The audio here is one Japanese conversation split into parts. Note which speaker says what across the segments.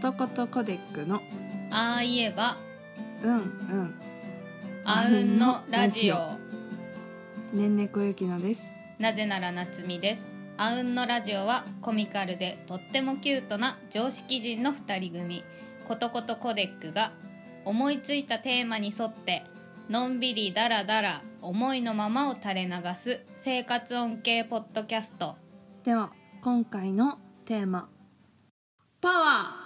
Speaker 1: とことコデックの
Speaker 2: ああ言えば
Speaker 1: うんうん
Speaker 2: あうんのラジオ
Speaker 1: ねんねこゆきのです
Speaker 2: なぜなら夏美ですあうんのラジオはコミカルでとってもキュートな常識人の2人組ことことコデックが思いついたテーマに沿ってのんびりだらだら思いのままを垂れ流す生活音系ポッドキャスト
Speaker 1: では今回のテーマパワ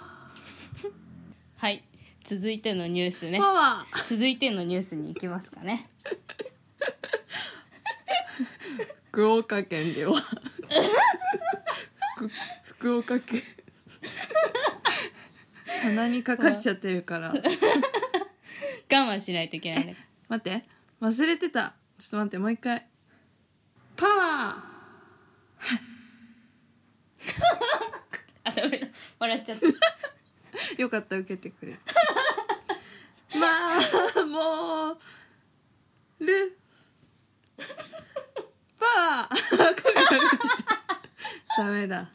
Speaker 2: はい続いてのニュース
Speaker 1: ー
Speaker 2: ね
Speaker 1: パワ
Speaker 2: 続いてのニュースに行きますかね
Speaker 1: ー福岡県ではふ福岡県鼻にかかっちゃってるから
Speaker 2: 我慢しないといけないね
Speaker 1: 待って忘れてたちょっと待ってもう一回パワ
Speaker 2: あダメだ笑っちゃった
Speaker 1: ー よかった受けてくれてまあもうるパワー 声が出ちゃったダメだ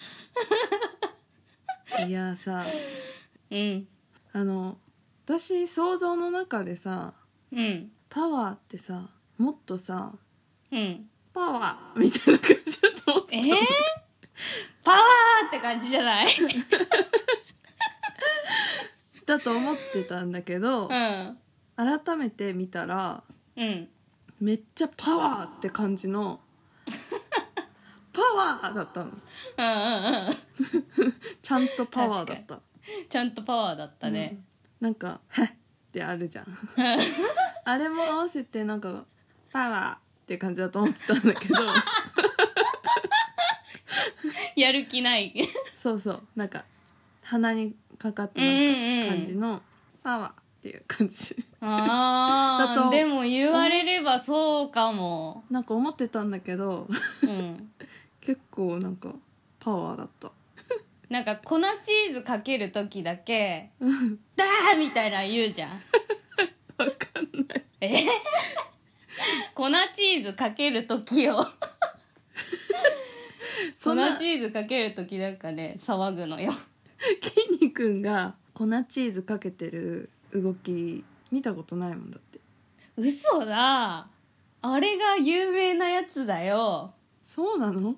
Speaker 1: いやさ
Speaker 2: うん
Speaker 1: あの私想像の中でさ
Speaker 2: うん
Speaker 1: パワーってさもっとさ
Speaker 2: うん
Speaker 1: パワーみたいな感じだと思って
Speaker 2: え
Speaker 1: た
Speaker 2: ー、パワーって感じじゃない
Speaker 1: だと思ってたんだけど、
Speaker 2: うん
Speaker 1: 改めて見たら
Speaker 2: うん
Speaker 1: めっちゃパワーって感じのパワーだったの
Speaker 2: うんうんうん
Speaker 1: ちゃんとパワーだった
Speaker 2: ちゃんとパワーだったね、
Speaker 1: なんか「へっ」ってある じゃんあれも合わせてなんか「パワー」って感じだと思ってたんだけ ど
Speaker 2: やる気ない
Speaker 1: そうそうなんか鼻にかかった
Speaker 2: うん
Speaker 1: な
Speaker 2: うんん
Speaker 1: か感じの「パワー」っていう感じ
Speaker 2: あ
Speaker 1: だ
Speaker 2: ー
Speaker 1: と
Speaker 2: でも言われればそうかも
Speaker 1: なんか思ってたんだけど
Speaker 2: うん
Speaker 1: 結構なんかパワーだった
Speaker 2: なんか粉チーズかける時だけ「だー!」みたいな言うじゃん
Speaker 1: わかんない
Speaker 2: 粉チーズかける時を
Speaker 1: そ
Speaker 2: 粉
Speaker 1: んな
Speaker 2: チーズかける時なんかね騒ぐのよ
Speaker 1: きんに君が粉チーズかけてる動き見たことないもんだって
Speaker 2: 嘘だあれが有名なやつだよ
Speaker 1: そうなの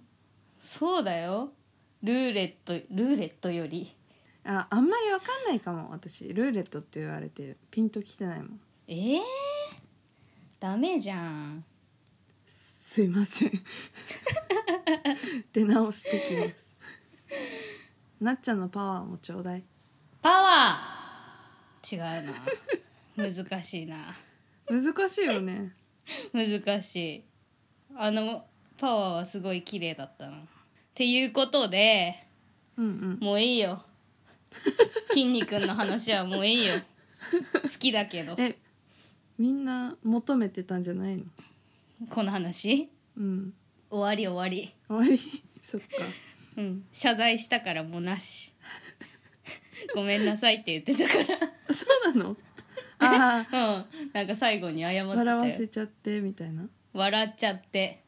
Speaker 2: そうだよルーレットルーレットより
Speaker 1: ああんまりわかんないかも私ルーレットって言われてピンときてないもん
Speaker 2: ええー、ダメじゃん
Speaker 1: すいません出直してきますなっちゃんのパワーもちょうだい
Speaker 2: パワー違う な難しいな
Speaker 1: 難しいよね
Speaker 2: 難しいあのパワーはすごい綺麗だったなっていうことで
Speaker 1: うんうん
Speaker 2: もういい よ筋肉の話はもういいよ好きだけど
Speaker 1: えみんな求めてたんじゃないの
Speaker 2: この話
Speaker 1: うん
Speaker 2: 終わり終わり
Speaker 1: 終わりそっか
Speaker 2: うん、謝罪したからもうなしごめんなさいって言ってたか
Speaker 1: そうなのああ
Speaker 2: らうんなんか最後に謝ってた
Speaker 1: 笑わ
Speaker 2: よ
Speaker 1: せちゃってみたいな
Speaker 2: 笑っちゃって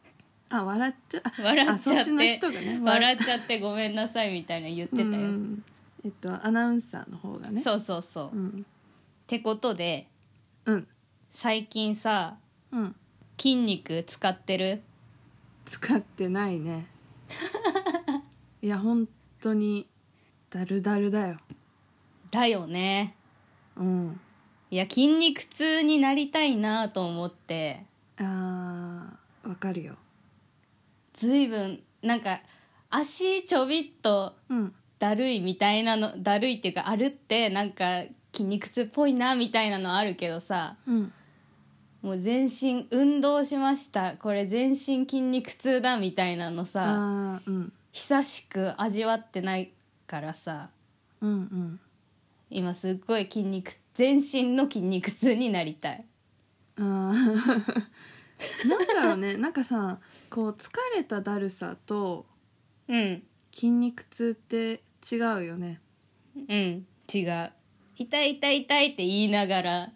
Speaker 1: あ笑っちゃあ
Speaker 2: 笑っちゃ
Speaker 1: あそっ
Speaker 2: っ
Speaker 1: ちの
Speaker 2: て
Speaker 1: 人がね
Speaker 2: 笑っちゃってごめんなさいみたいな言ってたよ、
Speaker 1: うんえっとアナウンサーの方がね
Speaker 2: そうそうそう、っ
Speaker 1: ん
Speaker 2: てことで
Speaker 1: うん
Speaker 2: 最近さ
Speaker 1: うん
Speaker 2: 筋肉使ってる
Speaker 1: 使ってない ねいや本当にだるだるだよ
Speaker 2: だよね
Speaker 1: うん
Speaker 2: いや筋肉痛になりたいなと思って
Speaker 1: あーわかるよ
Speaker 2: ずいぶんなんか足ちょびっと
Speaker 1: うん
Speaker 2: だるいみたいなのだるいっていうかあるってなんか筋肉痛っぽいなみたいなのあるけどさ
Speaker 1: うん
Speaker 2: もう全身運動しましたこれ全身筋肉痛だみたいなのさ
Speaker 1: あーうん
Speaker 2: 久しく味わってないからさ
Speaker 1: うんうん
Speaker 2: 今すっごい筋肉全身の筋肉痛になりたい
Speaker 1: あー なんだろうねなんかさこう疲れただるさと
Speaker 2: うん
Speaker 1: 筋肉痛って違うよね
Speaker 2: うん違う痛い痛い痛いって言いながら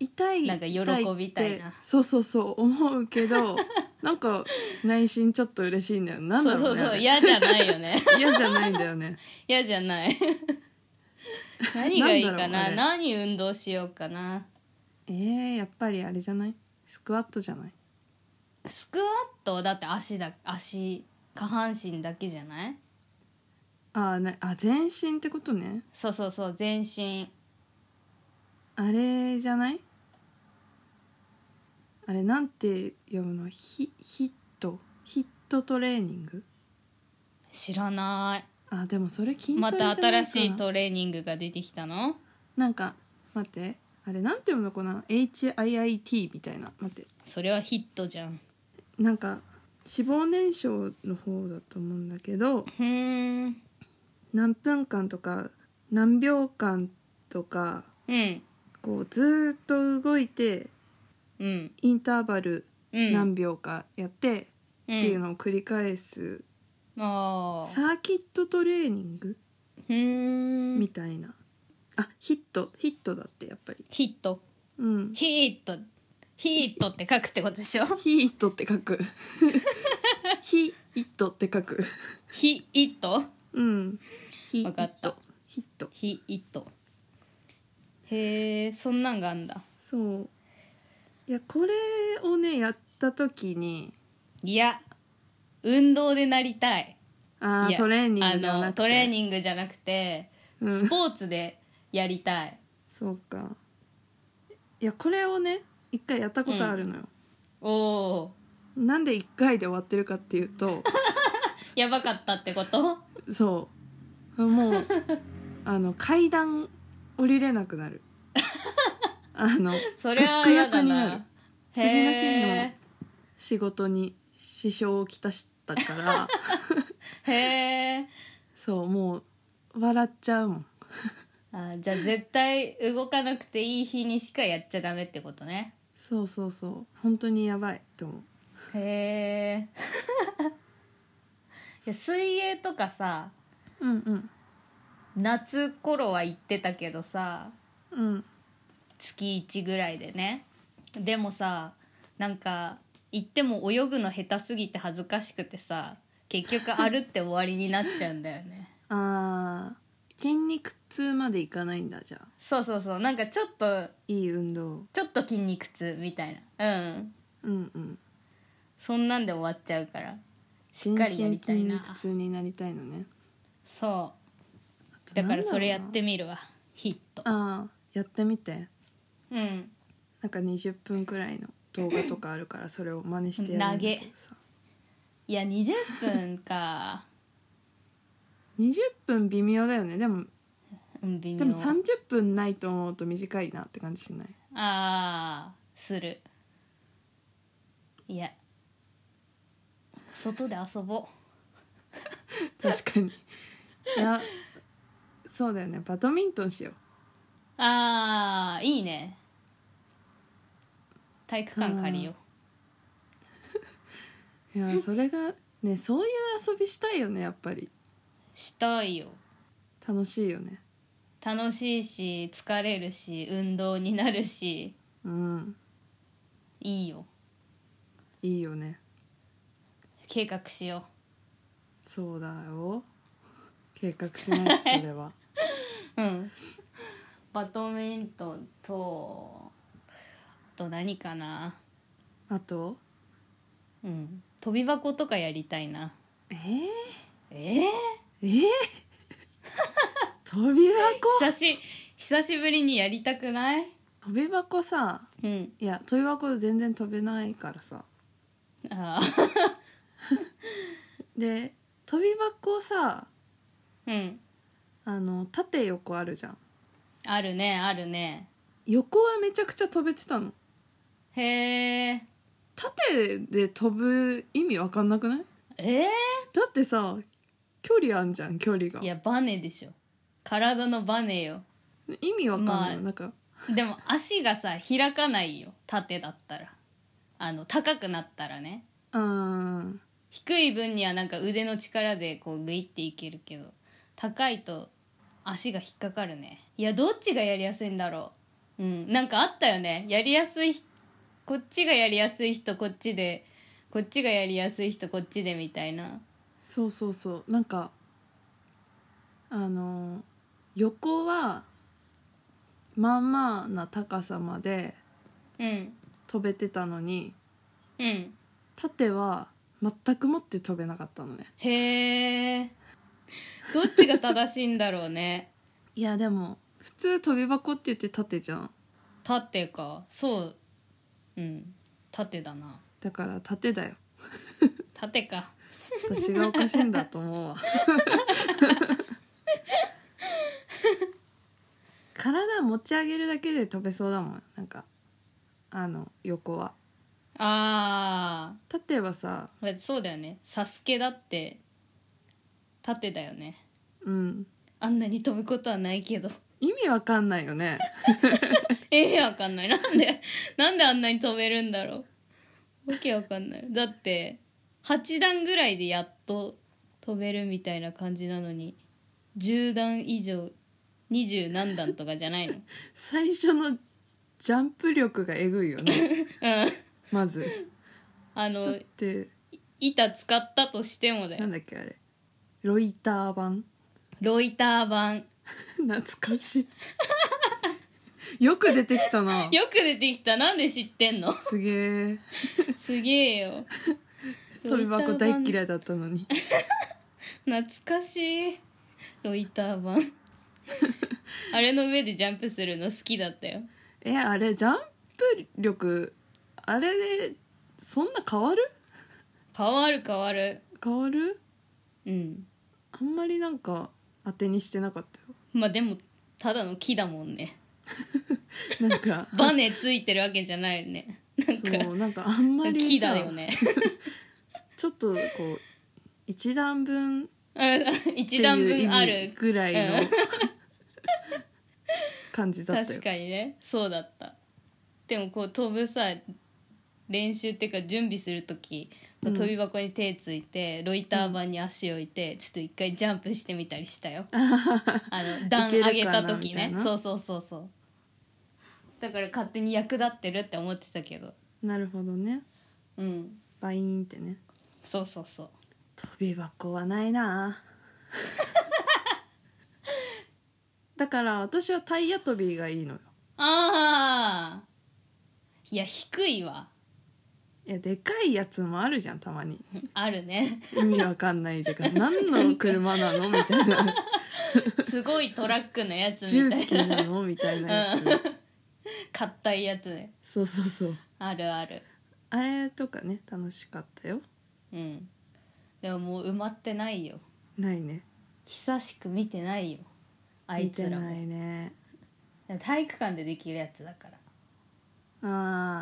Speaker 1: 痛い
Speaker 2: なんか喜びたい
Speaker 1: 痛
Speaker 2: な
Speaker 1: ってそうそうそう思うけ どなんか内心ちょっと嬉しいんだよなんだろうね
Speaker 2: そうそう
Speaker 1: あ
Speaker 2: そう
Speaker 1: れ
Speaker 2: 嫌じゃないよね
Speaker 1: 嫌じゃないんだよね
Speaker 2: 嫌じゃない何がいいか
Speaker 1: なんだろうあ
Speaker 2: な
Speaker 1: れ
Speaker 2: 何運動しようかな
Speaker 1: えー、やっぱりあれじゃないスクワットじゃない
Speaker 2: スクワットだって足だ足下半身だけじゃない
Speaker 1: あーなあ全身ってことね
Speaker 2: そうそうそう全身
Speaker 1: あれじゃないあれなんて読むのヒヒットヒットトレーニング
Speaker 2: 知らない
Speaker 1: あでもそれ筋トレじゃ
Speaker 2: ま
Speaker 1: ないか
Speaker 2: た
Speaker 1: な
Speaker 2: 新しいトレーニングが出てきたの
Speaker 1: なんか待ってあれなんて読むのかな HIIT みたいな待って
Speaker 2: それはヒットじゃん
Speaker 1: なんか脂肪燃焼の方だと思うんだけど
Speaker 2: ふーん
Speaker 1: 何分間とか何秒間とか
Speaker 2: うん
Speaker 1: こうずーっと動いて
Speaker 2: うん
Speaker 1: インターバル
Speaker 2: うん
Speaker 1: 何秒かやって
Speaker 2: て
Speaker 1: っていうのを繰り返す、
Speaker 2: ああ
Speaker 1: サーキットトレーニング
Speaker 2: ふー
Speaker 1: み
Speaker 2: ん
Speaker 1: たいな、あヒットヒットだってやっぱり
Speaker 2: ヒット
Speaker 1: うん
Speaker 2: ヒットヒットって書くってこと でしょ
Speaker 1: ヒットって書く ヒットって書く
Speaker 2: ヒット
Speaker 1: うんヒ
Speaker 2: わか
Speaker 1: ッ
Speaker 2: った
Speaker 1: トヒット
Speaker 2: ヒットへえそんなんがあんだ
Speaker 1: そういやこれをねやった時に
Speaker 2: いや運動でなりたい
Speaker 1: あ
Speaker 2: い
Speaker 1: ー
Speaker 2: や
Speaker 1: トレーニングじゃ
Speaker 2: あ
Speaker 1: な
Speaker 2: の
Speaker 1: くて
Speaker 2: トレーニングじゃなくて、
Speaker 1: うん
Speaker 2: スポーツでやりたい
Speaker 1: そうかいやこれをね一回やったことあるのよ、
Speaker 2: おお
Speaker 1: なんで一回で終わってるかっていう と
Speaker 2: やばかったってこと
Speaker 1: そうもうあの階段降りれなくな るあの
Speaker 2: それは嫌だな
Speaker 1: ぐっくらくになる
Speaker 2: へ
Speaker 1: 仕事に支障をきたしたから
Speaker 2: えへえ
Speaker 1: そうもう笑っちゃうもん
Speaker 2: あじゃあ絶対動かなくていい日にしかやっちゃダメってことね
Speaker 1: そうそうそう本当にやばいと思う
Speaker 2: へえいや水泳とかさ
Speaker 1: うんうん
Speaker 2: 夏頃は行ってたけどさ
Speaker 1: うん
Speaker 2: 月1ぐらいでねでもさなんか行っても泳ぐの下手すぎて恥ずかしくてさ結局歩って終わりになっちゃうんだよね
Speaker 1: あー筋肉痛までいかないんだじゃあ
Speaker 2: そうそうそうなんかちょっと
Speaker 1: いい運動
Speaker 2: ちょっと筋肉痛みたいなうん
Speaker 1: うんうん
Speaker 2: そんなんで終わっちゃうから
Speaker 1: しっ
Speaker 2: かりやりたいな
Speaker 1: 筋肉痛になりたいのねあ
Speaker 2: そう
Speaker 1: と
Speaker 2: だ
Speaker 1: なん
Speaker 2: か
Speaker 1: だろ
Speaker 2: ら
Speaker 1: うな
Speaker 2: それやってみるわヒット
Speaker 1: ああやってみて
Speaker 2: うん
Speaker 1: なんか20分くらいの動画とかあるからそれを真似してやるんだけどさ
Speaker 2: いや20分か
Speaker 1: 20分微妙だよねでも
Speaker 2: うん微妙
Speaker 1: でも30分ないと思うと短いなって感じしない
Speaker 2: あーするいや外で遊ぼ
Speaker 1: 確 かにいやそうだよねバドミントンしよ
Speaker 2: うあーいいね体育館借りよ
Speaker 1: ういやそれがねそういう遊びしたいよねやっぱり
Speaker 2: うしたいよ
Speaker 1: 楽しいよね
Speaker 2: 楽しいし疲れるし運動になるし
Speaker 1: うん
Speaker 2: いいよ
Speaker 1: いいよね
Speaker 2: 計画しよ
Speaker 1: そうだよ計画しない とそれは
Speaker 2: ううんバドミントンとあと何かな
Speaker 1: あと
Speaker 2: うん飛び箱とかやりたいな
Speaker 1: えー、
Speaker 2: えー、
Speaker 1: えー、飛び箱
Speaker 2: 久し久しぶりにやりたくない
Speaker 1: 飛び箱さ
Speaker 2: うん
Speaker 1: いや飛び箱全然飛べないからさ
Speaker 2: ああ
Speaker 1: で飛び箱さ
Speaker 2: うん
Speaker 1: あの縦横あるじゃん
Speaker 2: あるねあるね
Speaker 1: 横はめちゃくちゃ飛べてたの
Speaker 2: へえ
Speaker 1: 縦で飛ぶ意味わかんなくない
Speaker 2: え
Speaker 1: だってさ距離あんじゃん距離が
Speaker 2: ー、いやバネでしょ体のバネよ
Speaker 1: 意味わかんない、
Speaker 2: まあ
Speaker 1: なんか
Speaker 2: でも足がさ開かないよ縦だったらあの高くなったらね
Speaker 1: うーん
Speaker 2: 低い分にはなんか腕の力でこうグイっていけるけど高いと足が引っかかるねいやどっちがやりやすいんだろううんなんかあったよねやりやすい人こっちがやりやすい人こっちでこっちがやりやすい人こっちでみたいな
Speaker 1: そうそうそうなんかあの横はまあまあな高さまで
Speaker 2: うん
Speaker 1: 飛べてたのに
Speaker 2: うん
Speaker 1: 縦は全くもって飛べなかったのね
Speaker 2: へえどっちが正しいんだろうね
Speaker 1: いやでも普通飛び箱って言って縦じゃん
Speaker 2: 縦かそううん縦だな
Speaker 1: だから縦だよ
Speaker 2: 縦か
Speaker 1: 私がおかしいんだと思うわ体持ち上げるだけで飛べそうだもんなんかあの横は
Speaker 2: あ
Speaker 1: 縦はさ
Speaker 2: ーそうだよねサスケだって縦だよね
Speaker 1: うん
Speaker 2: あんなに飛ぶことはないけど
Speaker 1: 意味わかんないよね
Speaker 2: ええわかんないなんでなんであんなに飛べるんだろうわけわかんないだって8段ぐらいでやっと飛べるみたいな感じなのに10段以上20何段とかじ ゃないのうん
Speaker 1: 最初のジャンプ力がえぐいよねまずだ
Speaker 2: あ
Speaker 1: っ
Speaker 2: の
Speaker 1: て
Speaker 2: 板使ったとしてもだ
Speaker 1: な
Speaker 2: よ
Speaker 1: んだっけあれロイター版
Speaker 2: ロイター版
Speaker 1: 懐かしいよく出てきたな
Speaker 2: よく出てきたなんで知ってんの
Speaker 1: すげえ
Speaker 2: すげえよ
Speaker 1: 飛び箱大っ
Speaker 2: い
Speaker 1: 嫌いだったのに
Speaker 2: 懐かしいロイター版 あれの上でジャンプするの好きだったよ
Speaker 1: えあれジャンプ力あれでそんな変わる
Speaker 2: 変わる変わる
Speaker 1: 変わる
Speaker 2: うん
Speaker 1: あんまりなんか当てにしてなかった
Speaker 2: まあでもただの木だもんね
Speaker 1: よなんか
Speaker 2: バネついてるわけじゃないよね
Speaker 1: そうなんかあんまり
Speaker 2: 木
Speaker 1: さ
Speaker 2: だよね
Speaker 1: ちょっとこう一段分っ
Speaker 2: うん
Speaker 1: て
Speaker 2: 一段
Speaker 1: いう意
Speaker 2: 分あ
Speaker 1: 味
Speaker 2: る
Speaker 1: ぐらいの
Speaker 2: うん
Speaker 1: 感じだった
Speaker 2: 確
Speaker 1: よ
Speaker 2: かにねそうだったでもこう飛ぶさ練習っていうか準備する時
Speaker 1: うん
Speaker 2: 飛び箱に手ついて、ロイター板に足置いてちょっと一回ジャンプしてみたりしたよあの段
Speaker 1: いけるかな
Speaker 2: 上げた時
Speaker 1: みたい
Speaker 2: ね
Speaker 1: な
Speaker 2: そうそうそうそうだから勝手に役立ってるって思ってたけど
Speaker 1: なるほどね
Speaker 2: うん
Speaker 1: バイーンってね
Speaker 2: そうそうそう
Speaker 1: 飛び箱はない なだから私はタイヤ跳びがいいのよ
Speaker 2: ああいや低いわ
Speaker 1: いやでかいやつもあるじゃんたまに
Speaker 2: あるね
Speaker 1: 意味わかんないでか 何の車なのみたいな
Speaker 2: すごいトラックのやつ
Speaker 1: 重
Speaker 2: みたい
Speaker 1: 機
Speaker 2: な
Speaker 1: なのみたいなやつ、
Speaker 2: 硬いやつね
Speaker 1: そうそうそう
Speaker 2: あるある
Speaker 1: あれとかね楽しかったよ
Speaker 2: うんでももう埋まってないよ
Speaker 1: ないね
Speaker 2: 久しく見てないよあい
Speaker 1: 見て
Speaker 2: つら
Speaker 1: な
Speaker 2: も
Speaker 1: いね
Speaker 2: 体育館でできるやつだから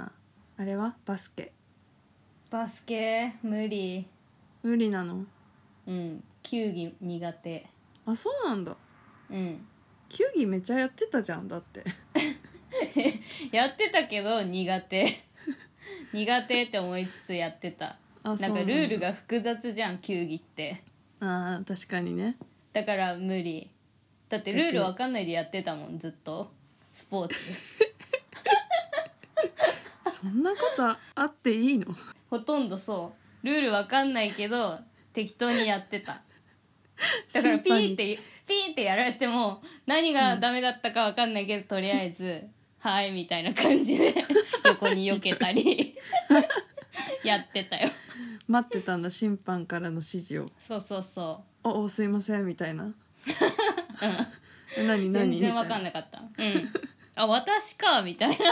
Speaker 1: あーあれはバスケ
Speaker 2: バスケ無理
Speaker 1: 無理なの
Speaker 2: うん球技苦手
Speaker 1: あそうなんだ
Speaker 2: うん
Speaker 1: 球技めっちゃやってたじゃんだって
Speaker 2: やってたけど苦手 苦手って思いつつやってた
Speaker 1: あ
Speaker 2: なんかルールが複雑じゃん球技って
Speaker 1: あー確かにね
Speaker 2: だから無理だってルールわかんないでやってたもんずっとスポーツ
Speaker 1: そんなことあっていい の
Speaker 2: ほとんどそうルールわかんないけど適当にやってただからピーってピーってやられても何がダメだったかわかんないけど、とりあえず「はい」みたいな感じ で横に避けた りやってたよ
Speaker 1: 待ってたんだ審判からの指示を
Speaker 2: そうそうそ
Speaker 1: 「おおすいません」み たいな「え 何
Speaker 2: う
Speaker 1: 何?」
Speaker 2: 全
Speaker 1: みたい
Speaker 2: 然わかん
Speaker 1: な
Speaker 2: なかったうんあ私かみたいな
Speaker 1: じゃ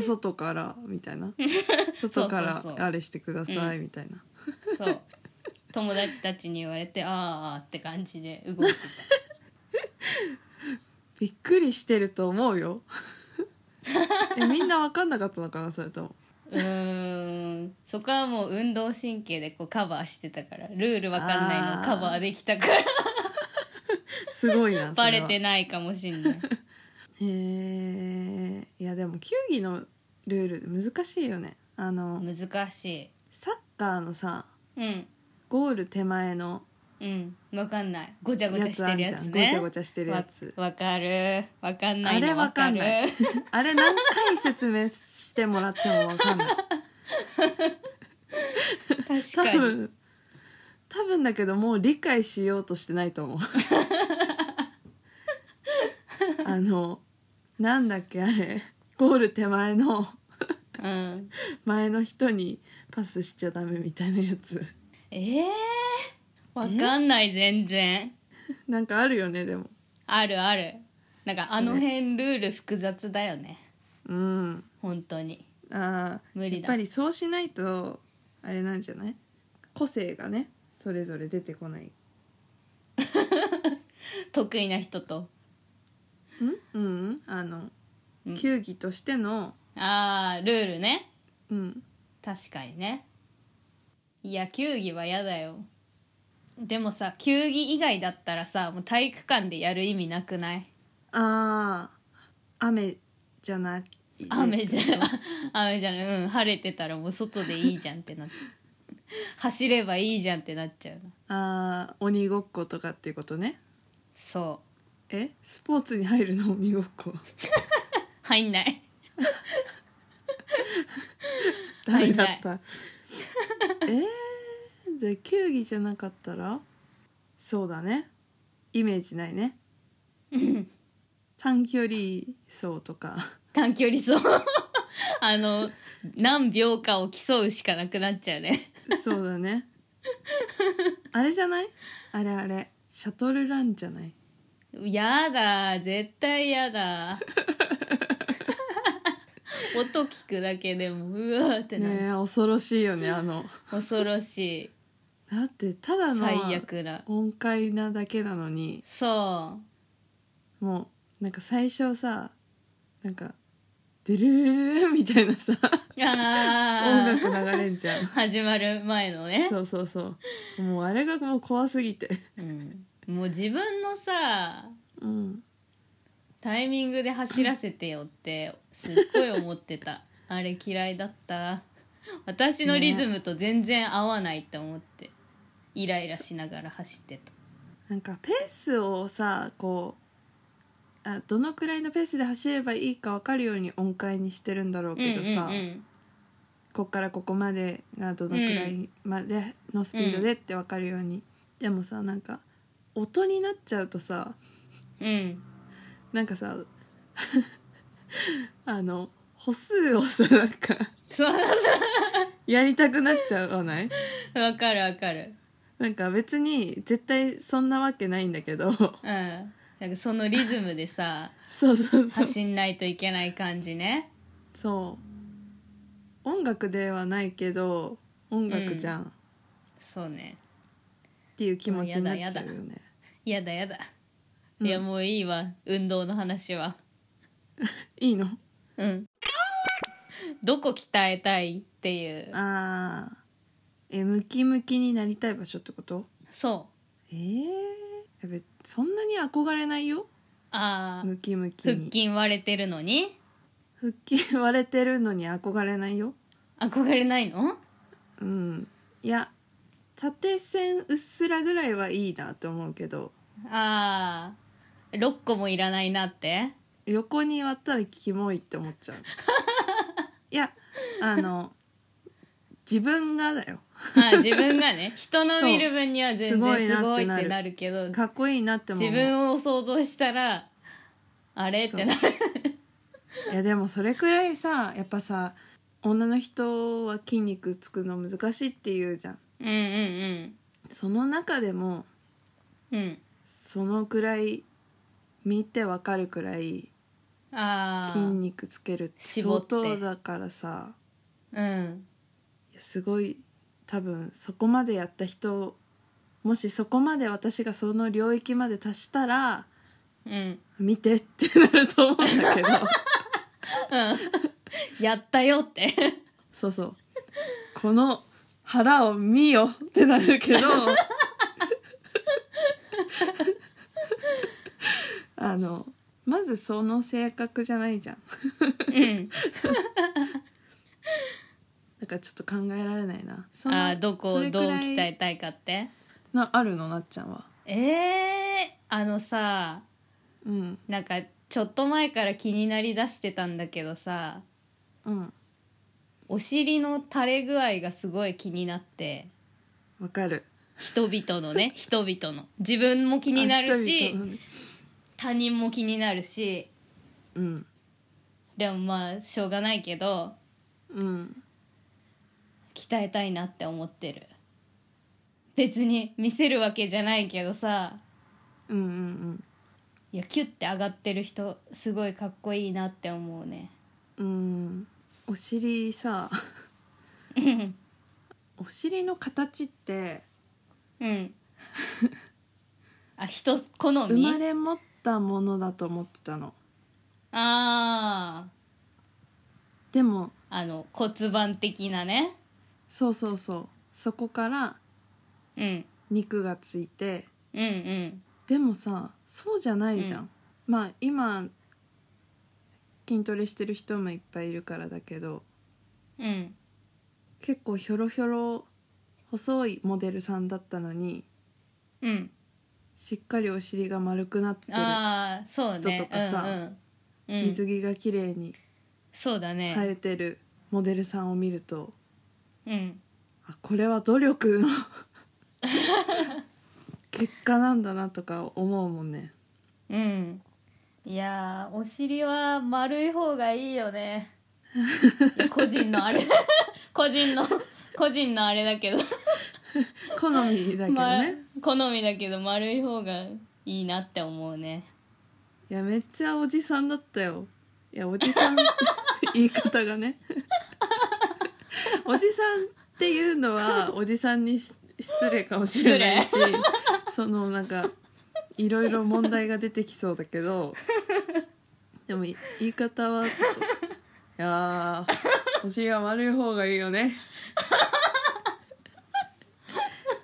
Speaker 1: あ外からみたい な外か
Speaker 2: そう
Speaker 1: ら
Speaker 2: そうそう
Speaker 1: あれしてくださいみたいな
Speaker 2: そう友達たちに言われてあーあーって感じで動いて
Speaker 1: びっくりしてると思うよ えみんなわかんなかったのかなそれとも
Speaker 2: たうーんそこはもう運動神経でこうカバーしてたからルールわかんないのカバーできたから
Speaker 1: すごいな
Speaker 2: バレて
Speaker 1: へ
Speaker 2: ないかもしんない
Speaker 1: えいやでも球技のルール難しいよねあの
Speaker 2: 難し
Speaker 1: サッカーのさ
Speaker 2: いうん
Speaker 1: ゴール手前の
Speaker 2: うんわかんないごちゃごちゃ
Speaker 1: や
Speaker 2: し
Speaker 1: つあ
Speaker 2: て
Speaker 1: ん
Speaker 2: る
Speaker 1: じゃ
Speaker 2: や
Speaker 1: ん
Speaker 2: つ
Speaker 1: ご
Speaker 2: ね
Speaker 1: ちゃごちゃしてるやつ
Speaker 2: わわかるわかんない
Speaker 1: あれ
Speaker 2: の
Speaker 1: わ
Speaker 2: わ
Speaker 1: か
Speaker 2: か
Speaker 1: ん
Speaker 2: る
Speaker 1: ないあれ何回説明してもらってもわかんない
Speaker 2: 確
Speaker 1: 多
Speaker 2: かに
Speaker 1: 分多分だけどもう理解し ようとしてないと思うあのなんだっけあれゴール手前の
Speaker 2: うん
Speaker 1: 前の人にパスしちゃダメみたいなやつ
Speaker 2: ええわかんない全然
Speaker 1: なんかあるよねでも
Speaker 2: あるあるなんかあの辺ルール複雑だよね
Speaker 1: うん
Speaker 2: 本当に
Speaker 1: あー
Speaker 2: 無理だ
Speaker 1: やっぱりそうしないとあれなんじゃない個性がねそれぞれ出てこないん
Speaker 2: 得意な人と
Speaker 1: うんうんあの、
Speaker 2: うん
Speaker 1: 球技としての
Speaker 2: あールールね
Speaker 1: うん
Speaker 2: 確かにねいや球技は嫌だよでもさ球技以外だったらさもう体育館でやる意味なくない
Speaker 1: あー雨じゃない
Speaker 2: 雨じゃ 雨じゃないうん晴れてたらもう外でいいじゃんってなって走ればいいじゃんってなっちゃうな
Speaker 1: あー鬼ごっことかっていうことね
Speaker 2: そ
Speaker 1: えスポーツに入るの鬼ごっ こ
Speaker 2: う入んない
Speaker 1: ダメだった。 えー、で球技じゃなかったらそうだねイメージないね短距離走と か
Speaker 2: 短距離走あの何秒かを競うしかなくなっちゃうね
Speaker 1: そうだねあれじゃないあれあれシャトルランじゃない
Speaker 2: やだ絶対やだ 音聞くだけでもうわーってなる、
Speaker 1: ねえ恐ろしいよねあの
Speaker 2: 恐ろしい
Speaker 1: だってただの
Speaker 2: 最悪な
Speaker 1: 音階なだけなのに
Speaker 2: そ
Speaker 1: もうなんか最初さなんか「デルルルルル」みたいなさ
Speaker 2: うあ
Speaker 1: 音
Speaker 2: ー
Speaker 1: 楽流れんじゃん
Speaker 2: 始まる前のね
Speaker 1: そうそうそうもうあれがもう怖すぎて
Speaker 2: うん、もう自分のさ
Speaker 1: うん
Speaker 2: タイミングで走らせてよってすっごい思っ てたあれ嫌いだった私のリズムと全然合わないって思ってイライラしながら走ってた
Speaker 1: なんかペースをさこうあどのくらいのペースで走ればいいか分かるように音階にしてるんだろうけどさ、
Speaker 2: うんうんうん
Speaker 1: こっからここまでがどのくらいまでのスピードでって分かるように、でもさなんか音になっちゃうとさ
Speaker 2: うん
Speaker 1: なんかさ あの歩数をさなんか
Speaker 2: そう そう
Speaker 1: やりたくなっちゃわない
Speaker 2: そうわかるわかる
Speaker 1: なんか別に絶対そんなわけないんだけど
Speaker 2: うんなんかそのリズムでさ
Speaker 1: そうそう そう
Speaker 2: 走んないといけない感じね
Speaker 1: そう音楽ではないけど音楽じゃん、っ
Speaker 2: そうね
Speaker 1: ていう気持ちになっちゃうよね
Speaker 2: やだやだ、
Speaker 1: うん
Speaker 2: いやもういいわ運動の話はい
Speaker 1: いの
Speaker 2: うんどこ鍛えたいっていう
Speaker 1: あーえムキムキになりたい場所ってこと
Speaker 2: そう
Speaker 1: えー、やべそんなに憧れないよ
Speaker 2: あー
Speaker 1: ムキムキ
Speaker 2: 腹
Speaker 1: に
Speaker 2: 筋割れてるのに
Speaker 1: 腹筋割れてるのに憧れないよ
Speaker 2: 憧れないの
Speaker 1: うんいや縦線うっすらぐらいはいいなと思うけど
Speaker 2: あー6個もいらないなって
Speaker 1: 横に割ったらキモいって思っ ちゃういやあの自分がだよ
Speaker 2: あー 自分がね人の見る分には全
Speaker 1: そう
Speaker 2: 然すごい
Speaker 1: すごいな
Speaker 2: っ
Speaker 1: ってて
Speaker 2: な
Speaker 1: な
Speaker 2: るけど
Speaker 1: かっこいいなっても思う
Speaker 2: 自分を想像したらあれってなる
Speaker 1: いやでもそれくらいさやっぱさ女の人は筋肉つくの難しいっていうじゃん
Speaker 2: うんうん
Speaker 1: その中でも
Speaker 2: うんうん
Speaker 1: そのくらい見てわかるくらい
Speaker 2: ああ
Speaker 1: 筋肉つけるって
Speaker 2: 絞
Speaker 1: 相
Speaker 2: っ
Speaker 1: 当
Speaker 2: て
Speaker 1: だからさ
Speaker 2: うん
Speaker 1: いやすごい多分そこまでやった人もしそこまで私がその領域まで達したら
Speaker 2: うん
Speaker 1: 見てってなると思うんだけど
Speaker 2: やった よって
Speaker 1: そうそうこの腹を見よってなるけど あのまずその性格じゃないじゃん
Speaker 2: うん
Speaker 1: だからちょっと考えられないなその
Speaker 2: ああどこ
Speaker 1: そ
Speaker 2: を
Speaker 1: れ
Speaker 2: ど
Speaker 1: く
Speaker 2: う
Speaker 1: らい
Speaker 2: 鍛えたいかって
Speaker 1: なあるのなっちゃんは
Speaker 2: ええー、あのさ
Speaker 1: うん
Speaker 2: なんかちょっと前から気になりだしてたんだけどさ
Speaker 1: うん
Speaker 2: お尻の垂れ具合がすごい気になって
Speaker 1: わかる
Speaker 2: 人々の ね人々の自分も気になる
Speaker 1: あ人
Speaker 2: し
Speaker 1: 々の
Speaker 2: 他人も気になるし
Speaker 1: うん
Speaker 2: でもまあしょうがないけど
Speaker 1: うん
Speaker 2: 鍛えたいなって思ってる別に見せるわけじゃないけどさ
Speaker 1: うんうん
Speaker 2: いやキュッて上がってる人すごいかっこいいなって思うね
Speaker 1: うんうんお尻 さ
Speaker 2: うん
Speaker 1: お尻の形って
Speaker 2: うん あ人好
Speaker 1: 生
Speaker 2: み
Speaker 1: まれ持ったものだと思ってたの
Speaker 2: あ
Speaker 1: でも
Speaker 2: ああの骨盤的なね
Speaker 1: そうそうそうそこから
Speaker 2: うん
Speaker 1: 肉がついて
Speaker 2: うんうん
Speaker 1: でもさそうじゃないじゃん、
Speaker 2: うん
Speaker 1: まあ今筋トレしてる人もいっぱいいるからだけど
Speaker 2: うん
Speaker 1: 結構ひょろひょろ細いモデルさんだったのに
Speaker 2: うん
Speaker 1: しっかりお尻が丸くなってる
Speaker 2: ああそうね
Speaker 1: 人とかさ
Speaker 2: うんうん、うん、
Speaker 1: 水着が綺麗に
Speaker 2: そうだね、
Speaker 1: 生えてるモデルさんを見ると
Speaker 2: うん
Speaker 1: あこれは努力の結果なんだなとか思うもんね
Speaker 2: うんいやーお尻は丸い方がいいよね 個人のあれ 個人の個人のあれだけど
Speaker 1: 好みだけどね、
Speaker 2: ま好みだけど丸い方がいいなって思うね
Speaker 1: いやめっちゃおじさんだったよいやおじ さん言い方がねおじさんっていうのはおじさんにし失礼かもしれないしそのなんかいろいろ問題が出てきそうだけどでもい言い方はちょっといやーお尻は丸い方がいいよね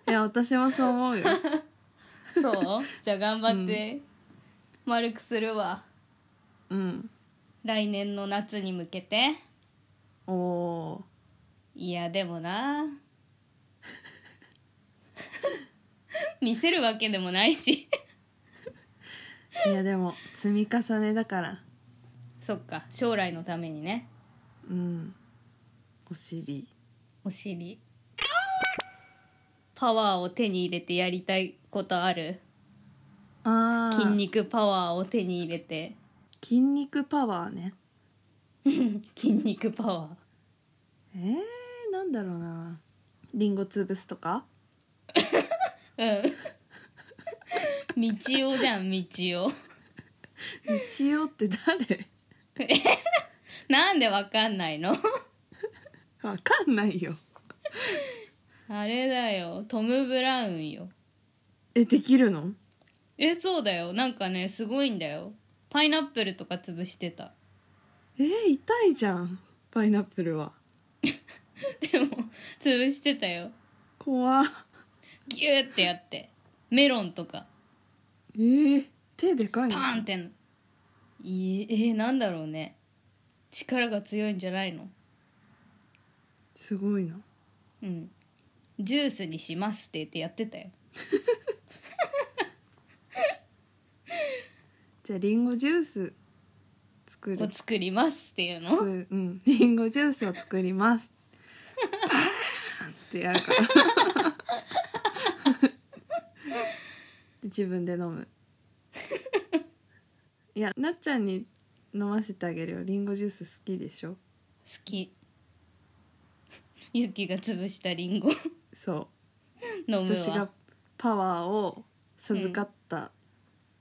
Speaker 1: いや私もそう思うよ
Speaker 2: そう じゃあ頑張って丸くするわ、
Speaker 1: うん
Speaker 2: 来年の夏に向けて
Speaker 1: おおー
Speaker 2: いやでもな 見せるわけでもないし
Speaker 1: いやでも積み重ねだから
Speaker 2: そっか将来のためにね
Speaker 1: うんお尻
Speaker 2: お尻パワーを手に入れてやりたいことある
Speaker 1: あ
Speaker 2: 筋肉パワーを手に入れて
Speaker 1: 筋肉パワーね
Speaker 2: 筋肉パワ
Speaker 1: えー、なんだろうなリンゴ潰すとか
Speaker 2: ーうん 道夫じゃん道夫
Speaker 1: 一応って誰
Speaker 2: なんでわかんないの
Speaker 1: わかんないよ
Speaker 2: あれだよトム・ブラウンよ
Speaker 1: えできるの
Speaker 2: えそうだよなんかねすごいんだよパイナップルとか潰してた
Speaker 1: えー、痛いじゃんパイナップルは
Speaker 2: でも潰してたよ
Speaker 1: 怖
Speaker 2: ギューってやってメロンとか
Speaker 1: えー、手でかいの
Speaker 2: パーンってんいええーなんだろうね力が強いんじゃないの
Speaker 1: すごいな
Speaker 2: うんジュースにしますって言ってやってたよ
Speaker 1: じゃあリンゴジュース作
Speaker 2: を
Speaker 1: る
Speaker 2: 作りますっていう
Speaker 1: 作
Speaker 2: の
Speaker 1: るうんリンゴジュースを作りますバーンってやるから自分で飲むいやなっちゃんに飲ませてあげるよリンゴジュース好きでしょ
Speaker 2: 好き ゆきが潰したリンゴ
Speaker 1: そ
Speaker 2: 飲
Speaker 1: う
Speaker 2: む
Speaker 1: 私が
Speaker 2: わ
Speaker 1: パワーを授かった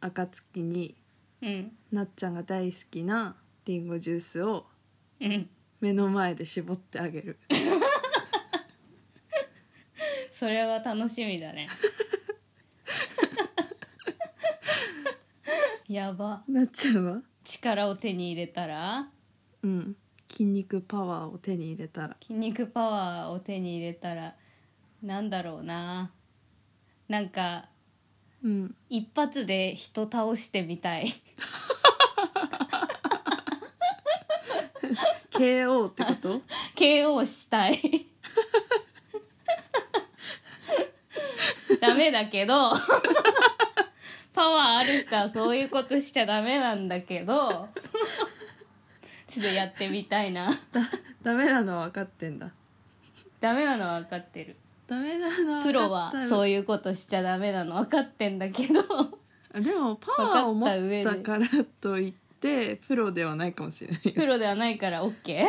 Speaker 1: 暁に、
Speaker 2: うん
Speaker 1: なっちゃんが大好きなリンゴジュースを
Speaker 2: うん
Speaker 1: 目の前で絞ってあげる
Speaker 2: それは楽しみだね やば
Speaker 1: なっちゃんは
Speaker 2: 力を手に入れたら
Speaker 1: うん筋肉パワーを手に入れたら
Speaker 2: 筋肉パワーを手に入れたらなんだろうななんか
Speaker 1: うん
Speaker 2: 一発で人倒してみたい
Speaker 1: KO ってこと
Speaker 2: KO したいダメだけどパワーある人はそういうことしちゃダメなんだけどちょっとやってみたいな
Speaker 1: ダメなのは分かってんだ
Speaker 2: ダメなのは分かってる
Speaker 1: ダメなの
Speaker 2: プロは
Speaker 1: う
Speaker 2: そういうことしちゃダメなの分かってんだけど
Speaker 1: でもパワーを持ったからといっってプロではないかもしれないよ
Speaker 2: プロではないから OK?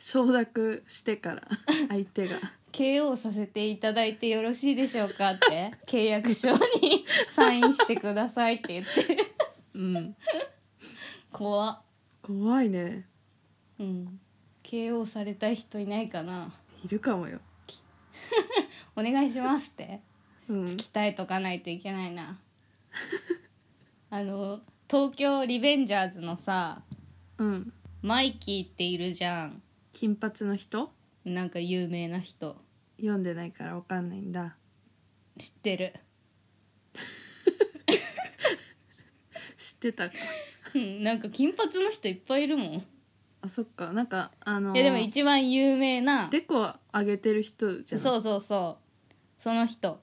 Speaker 1: 承諾して から相手が
Speaker 2: KO させていただいてよろしいでしょうかって契約書にサインしてくださいって言って
Speaker 1: うん
Speaker 2: 怖っ
Speaker 1: 怖いね
Speaker 2: うん KO された人いないかない
Speaker 1: るかもよ
Speaker 2: お願いしますって
Speaker 1: うん
Speaker 2: 鍛えとかないといけな いなあの東京リベンジャーズのさ
Speaker 1: うん
Speaker 2: マイキーっているじゃん
Speaker 1: 金髪の人
Speaker 2: なんか有名な人
Speaker 1: 読んでないからわかんないんだ
Speaker 2: 知ってる
Speaker 1: 知ってたか
Speaker 2: うんなんか金髪の人いっぱいいるもん
Speaker 1: あそっかなんかあの
Speaker 2: いやでも一番有名な
Speaker 1: でこ上げてる人じゃん
Speaker 2: そううそうそうその人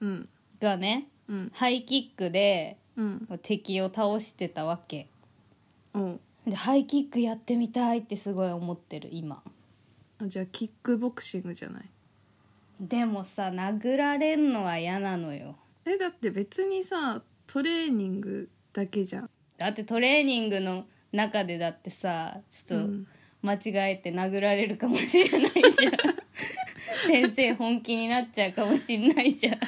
Speaker 1: うん
Speaker 2: がね
Speaker 1: うん
Speaker 2: ハイキックで
Speaker 1: うん
Speaker 2: 敵を倒してたわけ
Speaker 1: おう
Speaker 2: でハイキックやってみたいってすごい思ってる今
Speaker 1: あじゃあキックボクシングじゃない
Speaker 2: でもさ殴られんのは嫌なのよ
Speaker 1: えだって別にさトレーニングだけじゃん
Speaker 2: だってトレーニングの中でだってさちょっと
Speaker 1: うん
Speaker 2: 間違えて殴られるかもしれない じゃん先生本気になっちゃうかもしんないじゃん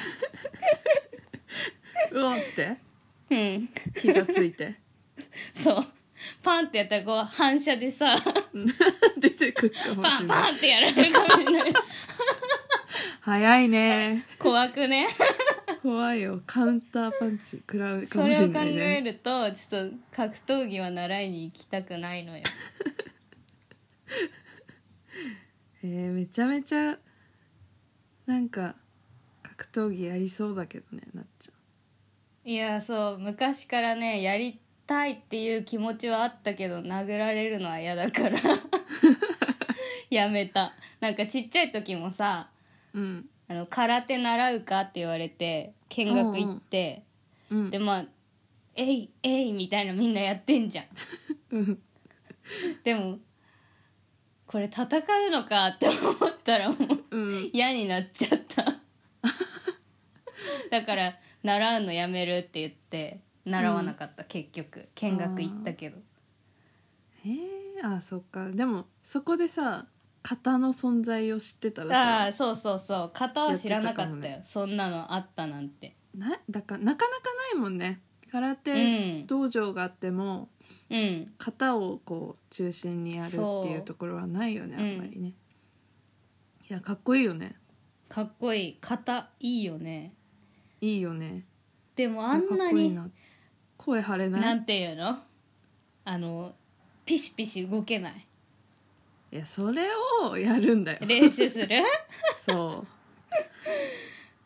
Speaker 1: うわ って
Speaker 2: うん
Speaker 1: 気がついて
Speaker 2: そうパンってやったらこう反射でさ
Speaker 1: 出てくるかも
Speaker 2: パ
Speaker 1: しれ
Speaker 2: ンパ
Speaker 1: ない
Speaker 2: ンってやられるかもしれない
Speaker 1: 早いね
Speaker 2: 怖くね
Speaker 1: 怖いよカウンターパンチ食らうか
Speaker 2: そ
Speaker 1: も
Speaker 2: れ
Speaker 1: しれ
Speaker 2: を考
Speaker 1: ない
Speaker 2: え
Speaker 1: ね
Speaker 2: るとちょっと格闘技は習いに行きたくないのよ
Speaker 1: えー、めちゃめちゃなんか格闘技やりそうだけどねなっちゃん
Speaker 2: いやそう昔からねやりたいっていう気持ちはあったけど殴られるのは嫌 だからやめたなんかちっちゃい時もさ
Speaker 1: うん
Speaker 2: あの空手習うかって言われて見学行って、
Speaker 1: うん
Speaker 2: でまあ「えいえい」みたいなみんなやってんじゃん
Speaker 1: うん
Speaker 2: でもこれ戦うのかって思ったらもう
Speaker 1: うん
Speaker 2: 嫌になっちゃった だから習うのやめるって言って習わなかった、結局見学行ったけど
Speaker 1: えー、あそっかでもそこでさ型の存在を知ってたら
Speaker 2: ああ
Speaker 1: さ
Speaker 2: ーそうそうそう型は知らなかった
Speaker 1: や
Speaker 2: よ
Speaker 1: ってたかも
Speaker 2: そんなのあったなんて
Speaker 1: なだからなかなかないもんね空
Speaker 2: う
Speaker 1: 手
Speaker 2: ん
Speaker 1: 道場があっても、
Speaker 2: うん
Speaker 1: 型をこう中心にやるってい
Speaker 2: そう
Speaker 1: うところはないよねあ
Speaker 2: うん
Speaker 1: んまりね、いやかっこいいよね
Speaker 2: かっこいい型いいよね
Speaker 1: いいよね
Speaker 2: でもあん
Speaker 1: かっ
Speaker 2: な
Speaker 1: こいい
Speaker 2: に
Speaker 1: な声張れない
Speaker 2: なんていうのあのピシピシ動けない
Speaker 1: いやそれをやるんだよ
Speaker 2: 練習 する
Speaker 1: そ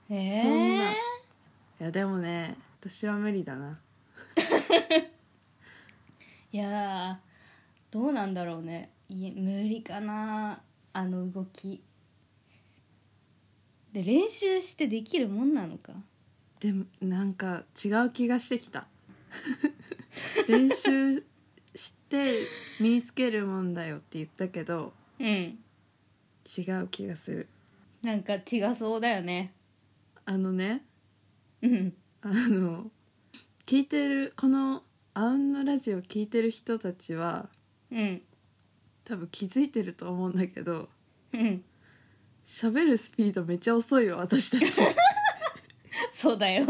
Speaker 1: う
Speaker 2: え
Speaker 1: そん
Speaker 2: え
Speaker 1: ないやでもね私は無理だない
Speaker 2: やーどうなんだろうねいえ無理かなあの動きで練習してできるもんなのか
Speaker 1: でもなんか違う気がしてき た練習して身につけるもんだよって言ったけど
Speaker 2: うん
Speaker 1: 違う気がする
Speaker 2: なんか違そうだよね
Speaker 1: あのね
Speaker 2: うん
Speaker 1: あの聞いてるこの「あうんのラジオ」聞いてる人たちは
Speaker 2: うん
Speaker 1: 多分気づいてると思うんだけど
Speaker 2: うん
Speaker 1: 喋るスピードめっちゃ遅いよ私たち
Speaker 2: そうだよ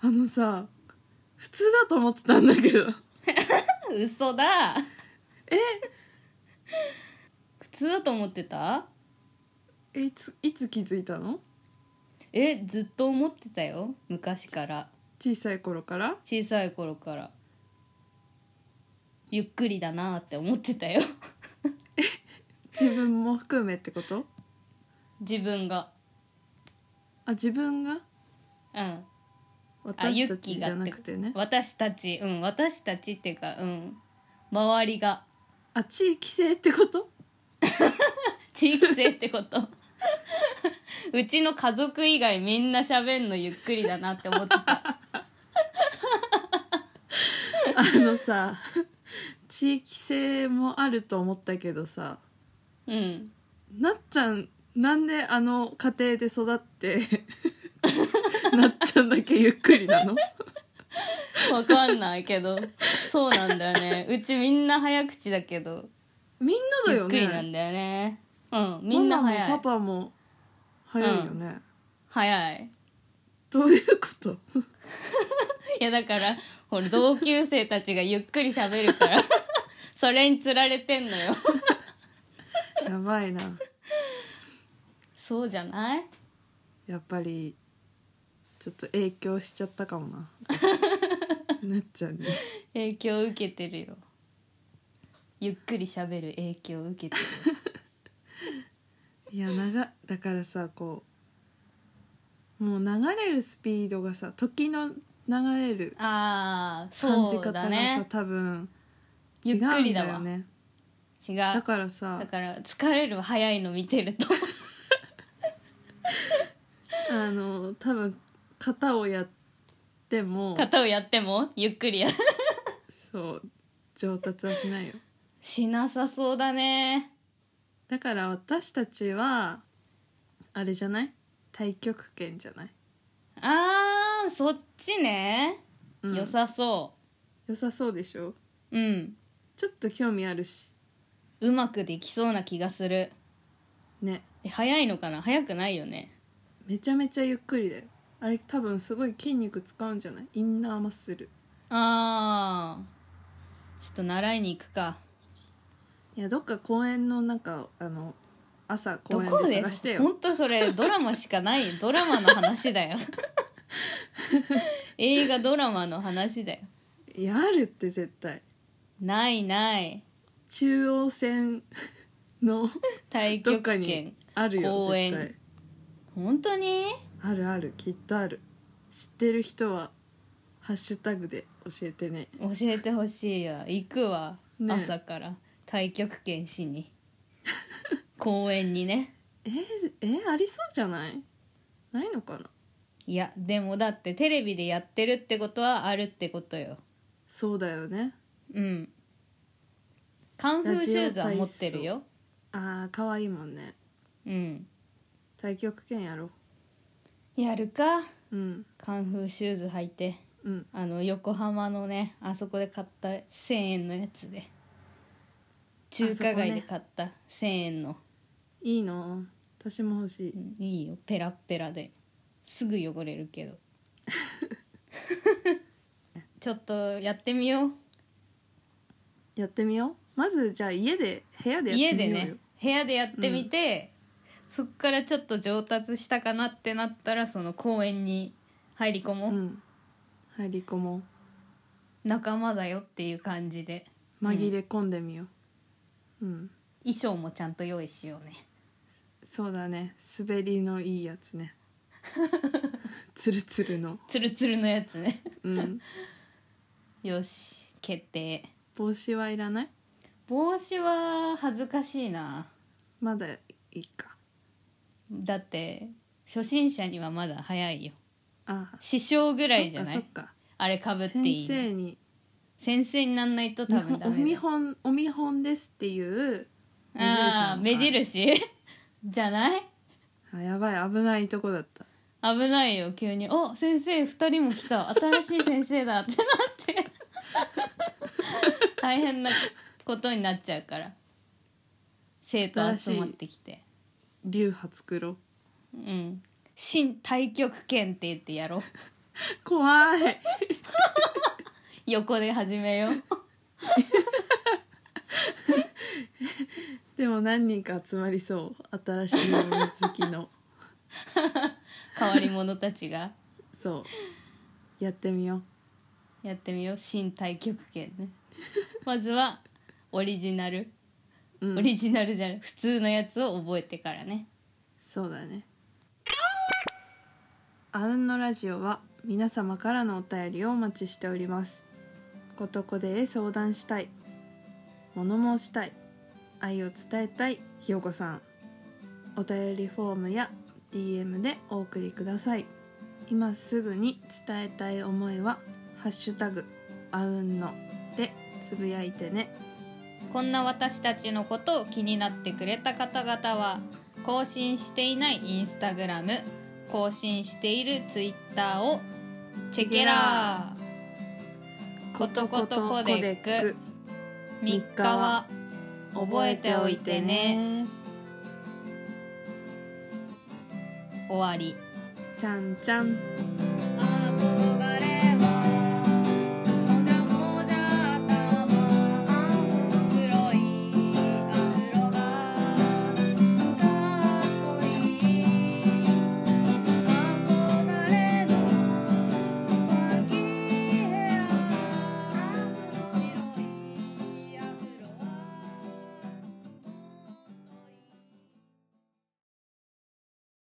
Speaker 1: あのさ普通だと思ってたんだけど
Speaker 2: 嘘だえ普通だと思ってた
Speaker 1: えいついつ気づいたの
Speaker 2: えずっと思ってたよ昔から
Speaker 1: 小さい頃から
Speaker 2: 小さい頃からゆっくりだなって思ってたよ
Speaker 1: 自分も含めってこと
Speaker 2: 自分が
Speaker 1: あ自分が
Speaker 2: うん
Speaker 1: 私たちじゃなくてね
Speaker 2: 私たちうん私たちっていうかうん周りが
Speaker 1: あ地域性ってこと
Speaker 2: 地域性ってこと うちの家族以外みんな喋んのゆっくりだなって思って た
Speaker 1: あのさ地域性もあると思ったけどさ
Speaker 2: うん
Speaker 1: なっちゃんなんであの家庭で育って なっちゃんだけゆっくりな の
Speaker 2: わかんないけどそうなんだよねうちみんな早口だけど
Speaker 1: みんなだ
Speaker 2: ゆっ
Speaker 1: よ
Speaker 2: く
Speaker 1: ね
Speaker 2: りなんだよねうんみんな早
Speaker 1: ママもパ
Speaker 2: い
Speaker 1: パも早いよね、
Speaker 2: 早い
Speaker 1: どういうこと
Speaker 2: いやだからほら同級生たちがゆっくり喋るから それにつられてんのよ
Speaker 1: やばいな
Speaker 2: そうじゃない
Speaker 1: やっぱりちょっと影響しちゃったかも ななっちゃんに
Speaker 2: 影響受けてるよゆっくり喋る影響受けてる
Speaker 1: いや長いだからさこうもう流れるスピードがさ時の流れる
Speaker 2: ああ
Speaker 1: 感じ
Speaker 2: そう
Speaker 1: 方が
Speaker 2: だ
Speaker 1: さ、
Speaker 2: ね
Speaker 1: 多分違
Speaker 2: ゆ
Speaker 1: う
Speaker 2: っ
Speaker 1: んだ
Speaker 2: くりだわ
Speaker 1: よね
Speaker 2: 違う
Speaker 1: だ
Speaker 2: だか
Speaker 1: からさ
Speaker 2: ら疲れるわ早いの見てると
Speaker 1: あの多分型をやっても
Speaker 2: 型をやってもゆっくりや
Speaker 1: そう上達はしないよ
Speaker 2: しなさそうだね
Speaker 1: だから私たちはあれじゃない太極拳じゃない、
Speaker 2: あーそっちね、
Speaker 1: うん
Speaker 2: 良さそ
Speaker 1: 良さそうでしょ
Speaker 2: ううん
Speaker 1: ちょっと興味あるし
Speaker 2: うまくできそうな気がする
Speaker 1: ね
Speaker 2: え早いのかな早くないよね
Speaker 1: めちゃめちゃゆっくりだよあれ多分すごい筋肉使うんじゃないインナーマッスル
Speaker 2: あーちょっと習いに行くか
Speaker 1: いやどっか公園のなんかあの朝
Speaker 2: ど
Speaker 1: 公園
Speaker 2: こ
Speaker 1: で
Speaker 2: で
Speaker 1: 探してよ
Speaker 2: 本当それドラマしかない ドラマの話だよ映画ドラマの話だよ
Speaker 1: いやあるって絶対
Speaker 2: ないない
Speaker 1: 中央線 の
Speaker 2: 太
Speaker 1: どっ
Speaker 2: 極
Speaker 1: か
Speaker 2: 拳
Speaker 1: にあるよ
Speaker 2: 公園
Speaker 1: 絶対
Speaker 2: 本当に
Speaker 1: あるあるきっとある知ってる人はハッシュタグで教えてね
Speaker 2: 教えてほしいや行くわ、
Speaker 1: ね
Speaker 2: 朝から太極拳しに公園にね
Speaker 1: えー、えーありそうじゃないないのかない
Speaker 2: やでもだってテレビでやってるってことはあるってことよ
Speaker 1: そうだよね
Speaker 2: うんカンフーシューズは持ってるよ
Speaker 1: あー可愛いもんね
Speaker 2: うん
Speaker 1: 太極拳やろ
Speaker 2: やるか
Speaker 1: ううん
Speaker 2: カンフーシューズ履いて
Speaker 1: うん
Speaker 2: あの横浜のねあそこで買った1,000円のやつで中華街で買った1,000円の、
Speaker 1: いいな私も欲しい
Speaker 2: うんいいよペラッペラですぐ汚れる けどちょっとやってみよう
Speaker 1: やってみようまずじゃあ家で部屋でや
Speaker 2: 家
Speaker 1: って
Speaker 2: で
Speaker 1: みようよ
Speaker 2: ね部屋でやってみて、そっからちょっと上達したかなってなったらその公園に入り込も
Speaker 1: う
Speaker 2: う、
Speaker 1: ん入り込も
Speaker 2: 仲間だよっていう感じで
Speaker 1: う紛れ込んでみよううん、
Speaker 2: 衣装もちゃんと用意しようね
Speaker 1: そうだね滑りのいいやつ ねつるつるの
Speaker 2: ツルツルのやつね
Speaker 1: うん
Speaker 2: よし決定
Speaker 1: 帽子はいらない
Speaker 2: 帽子は恥ずかしいな
Speaker 1: まだいいか
Speaker 2: だって初心者にはまだ早いよ
Speaker 1: ああ
Speaker 2: 師匠ぐらいじゃな
Speaker 1: そっ
Speaker 2: い
Speaker 1: か
Speaker 2: あれかぶ
Speaker 1: そって
Speaker 2: っ
Speaker 1: か先
Speaker 2: いいの
Speaker 1: 生に
Speaker 2: 先生になんないと多分ダ
Speaker 1: お
Speaker 2: メ
Speaker 1: 見
Speaker 2: だ
Speaker 1: 本お見本ですっていう目印
Speaker 2: ああー目印 じゃない
Speaker 1: あやばい危ないとこだった
Speaker 2: 危ないよ急に「お先生2人も来た新しい先生だ」ってなって 大変なことになっちゃうから生徒集まってきて
Speaker 1: 流派作ろう
Speaker 2: うん「新太極拳」って言ってやろう
Speaker 1: 怖い
Speaker 2: 横で始め よう
Speaker 1: でも何人か集まりそう新しいもの好きの
Speaker 2: 変わり者たちが
Speaker 1: そうやってみよう
Speaker 2: やってみよう新太極拳ねまずはオリジナル、
Speaker 1: うん
Speaker 2: オリジナルじゃない普通のやつを覚えてからね
Speaker 1: そうだねあうんのラジオは皆様からのお便りをお待ちしておりますことこでへ相談したい物申したい愛を伝えたいひよこさんお便りフォームや DM でお送りください今すぐに伝えたい思いは「ハッシュタグあうんの」でつぶやいてね
Speaker 2: こんな私たちのことを気になってくれた方々は更新していないインスタグラム「更新しているツイッターをチェケラーことことコデック3日は覚えておいてね終わり
Speaker 1: ちゃんちゃん